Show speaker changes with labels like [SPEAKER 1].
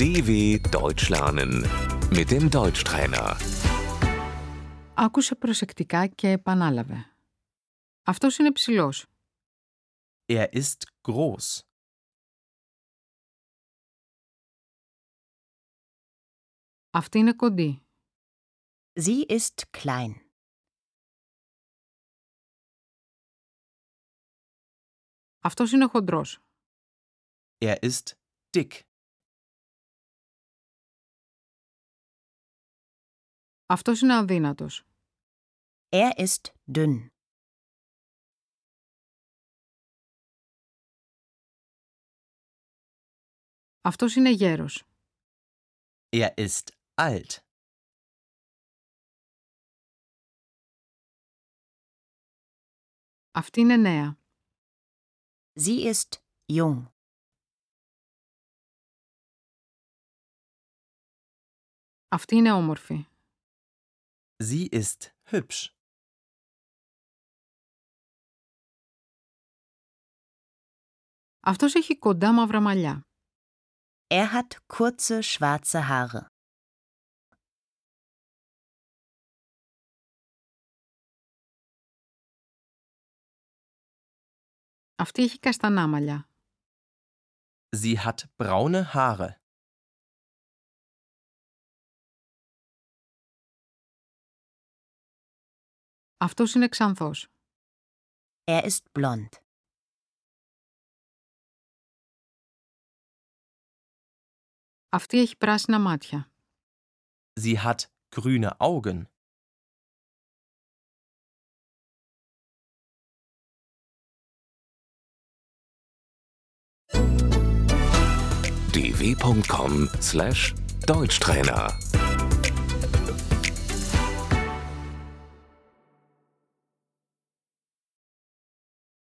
[SPEAKER 1] DW Deutsch lernen mit dem Deutschtrainer.
[SPEAKER 2] Άκουσε προσεκτικά και επανάλαβε. Αυτός είναι ψηλός.
[SPEAKER 3] Er ist groß.
[SPEAKER 2] Αυτή είναι κοντή.
[SPEAKER 4] Sie ist klein.
[SPEAKER 2] Αυτός είναι χοντρός.
[SPEAKER 3] Er ist dick.
[SPEAKER 2] Αυτός είναι αδύνατος.
[SPEAKER 4] Er ist dünn.
[SPEAKER 2] Αυτός είναι γέρος.
[SPEAKER 3] Er ist alt.
[SPEAKER 2] Αυτή είναι νέα.
[SPEAKER 4] Sie ist jung.
[SPEAKER 2] Αυτή είναι όμορφη.
[SPEAKER 3] Sie ist hübsch.
[SPEAKER 2] Αυτός έχει κοντά μαύρα μαλλιά.
[SPEAKER 4] Er hat kurze schwarze Haare.
[SPEAKER 2] Αυτή έχει καστανά μαλλιά.
[SPEAKER 3] Sie hat braune Haare.
[SPEAKER 2] Αυτός είναι ξανθός.
[SPEAKER 4] Er ist blond.
[SPEAKER 2] Αυτή έχει πράσινα μάτια.
[SPEAKER 3] Sie hat grüne Augen.
[SPEAKER 1] dw.com/deutschtrainer